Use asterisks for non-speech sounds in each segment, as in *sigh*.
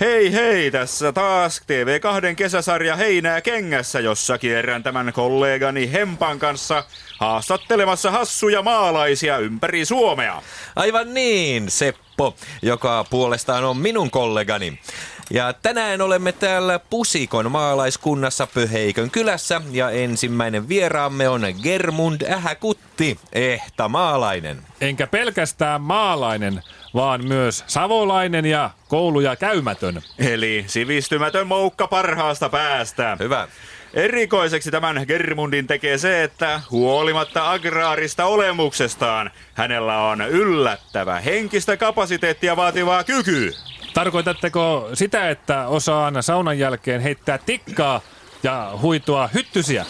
Hei hei, tässä taas TV2 kesäsarja Heinää kengässä, jossa kierrän tämän kollegani Hempan kanssa haastattelemassa hassuja maalaisia ympäri Suomea. Aivan niin, Seppo, joka puolestaan on minun kollegani. Ja tänään olemme täällä Pusikon maalaiskunnassa Pöheikön kylässä ja ensimmäinen vieraamme on Germund Ähäkutti, ehta maalainen. Enkä pelkästään maalainen, vaan myös savolainen ja kouluja käymätön. Eli sivistymätön moukka parhaasta päästä. Hyvä. Erikoiseksi tämän Germundin tekee se, että huolimatta agraarista olemuksestaan, hänellä on yllättävä henkistä kapasiteettia vaativaa kyky. Tarkoitatteko sitä, että osaan saunan jälkeen heittää tikkaa ja huitua hyttysiä?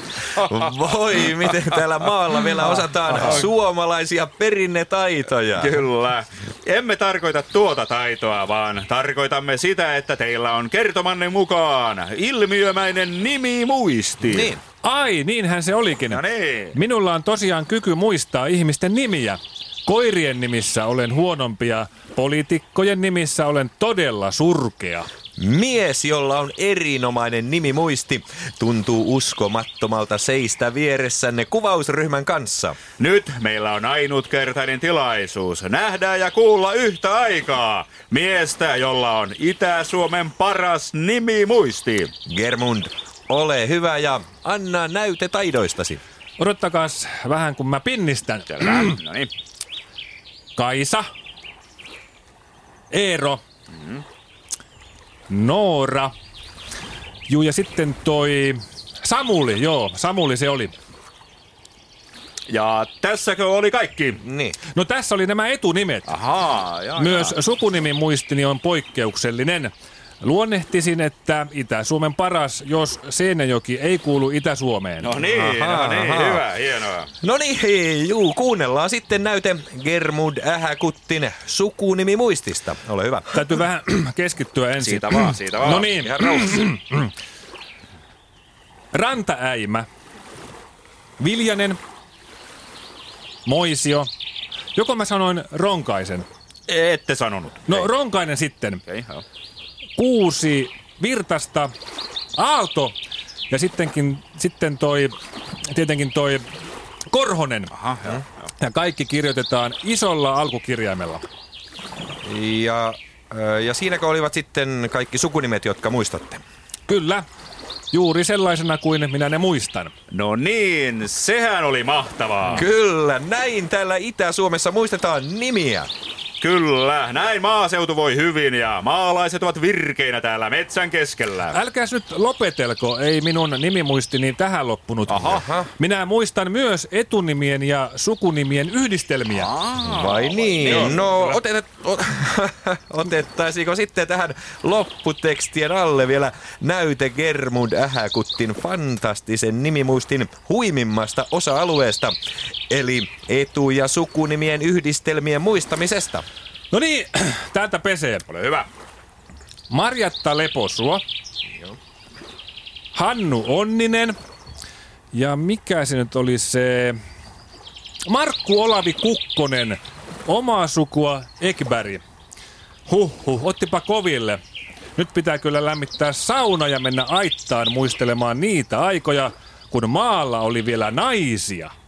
Voi, miten täällä maalla vielä osataan suomalaisia perinnetaitoja. Kyllä. Emme tarkoita tuota taitoa, vaan tarkoitamme sitä, että teillä on kertomanne mukaan ilmiömäinen nimi muisti. Niin. Ai, niinhän se olikin. No niin. Minulla on tosiaan kyky muistaa ihmisten nimiä. Koirien nimissä olen huonompia, poliitikkojen nimissä olen todella surkea. Mies, jolla on erinomainen nimimuisti, tuntuu uskomattomalta seistä vieressänne kuvausryhmän kanssa. Nyt meillä on ainutkertainen tilaisuus nähdä ja kuulla yhtä aikaa miestä, jolla on Itä-Suomen paras nimi muisti. Germund, ole hyvä ja anna näyte taidoistasi. Odottakaas vähän, kun mä pinnistän. Mm. no niin. Kaisa. Eero. Noora. Juu, ja sitten toi Samuli, joo, Samuli se oli. Ja tässäkö oli kaikki? Niin. No tässä oli nämä etunimet. Ahaa, jaa, Myös sukunimi muistini on poikkeuksellinen. Luonnehtisin, että Itä-Suomen paras, jos Seinäjoki ei kuulu Itä-Suomeen. No niin, Ahaa, no niin, ahaa. hyvä, hienoa. No niin, juu, kuunnellaan sitten näyte Germund Ähäkuttin sukunimi muistista. Ole hyvä. Täytyy vähän *clears throat* keskittyä ensin. Siitä vaan, siitä vaan. No niin. Ihan rauhassa. Rantaäimä, Viljanen, Moisio. Joko mä sanoin Ronkaisen? Ette sanonut. No Ronkainen sitten. Ei, joo. Kuusi, Virtasta, Aalto ja sittenkin, sitten toi, tietenkin toi Korhonen. Aha, joo. Ja kaikki kirjoitetaan isolla alkukirjaimella. Ja, ö, ja siinäkö olivat sitten kaikki sukunimet, jotka muistatte? Kyllä, juuri sellaisena kuin minä ne muistan. No niin, sehän oli mahtavaa. Kyllä, näin täällä Itä-Suomessa muistetaan nimiä. Kyllä, näin maaseutu voi hyvin ja maalaiset ovat virkeinä täällä metsän keskellä. Älkääs nyt lopetelko, ei minun nimimuistini tähän loppunut. Aha. Minä muistan myös etunimien ja sukunimien yhdistelmiä. Vai niin? Joo, no, kyllä. otet, o, *laughs* otettaisiko sitten tähän lopputekstien alle vielä näyte Germund Ähäkuttin fantastisen nimimuistin huimimmasta osa-alueesta, eli etu- ja sukunimien yhdistelmien muistamisesta. No niin, *clears throat* täältä pesee. Ole hyvä. Marjatta Leposuo. Hannu Onninen. Ja mikä se nyt oli se... Markku Olavi Kukkonen. Omaa sukua Ekberg. Huhhuh, ottipa koville. Nyt pitää kyllä lämmittää sauna ja mennä aittaan muistelemaan niitä aikoja, kun maalla oli vielä naisia.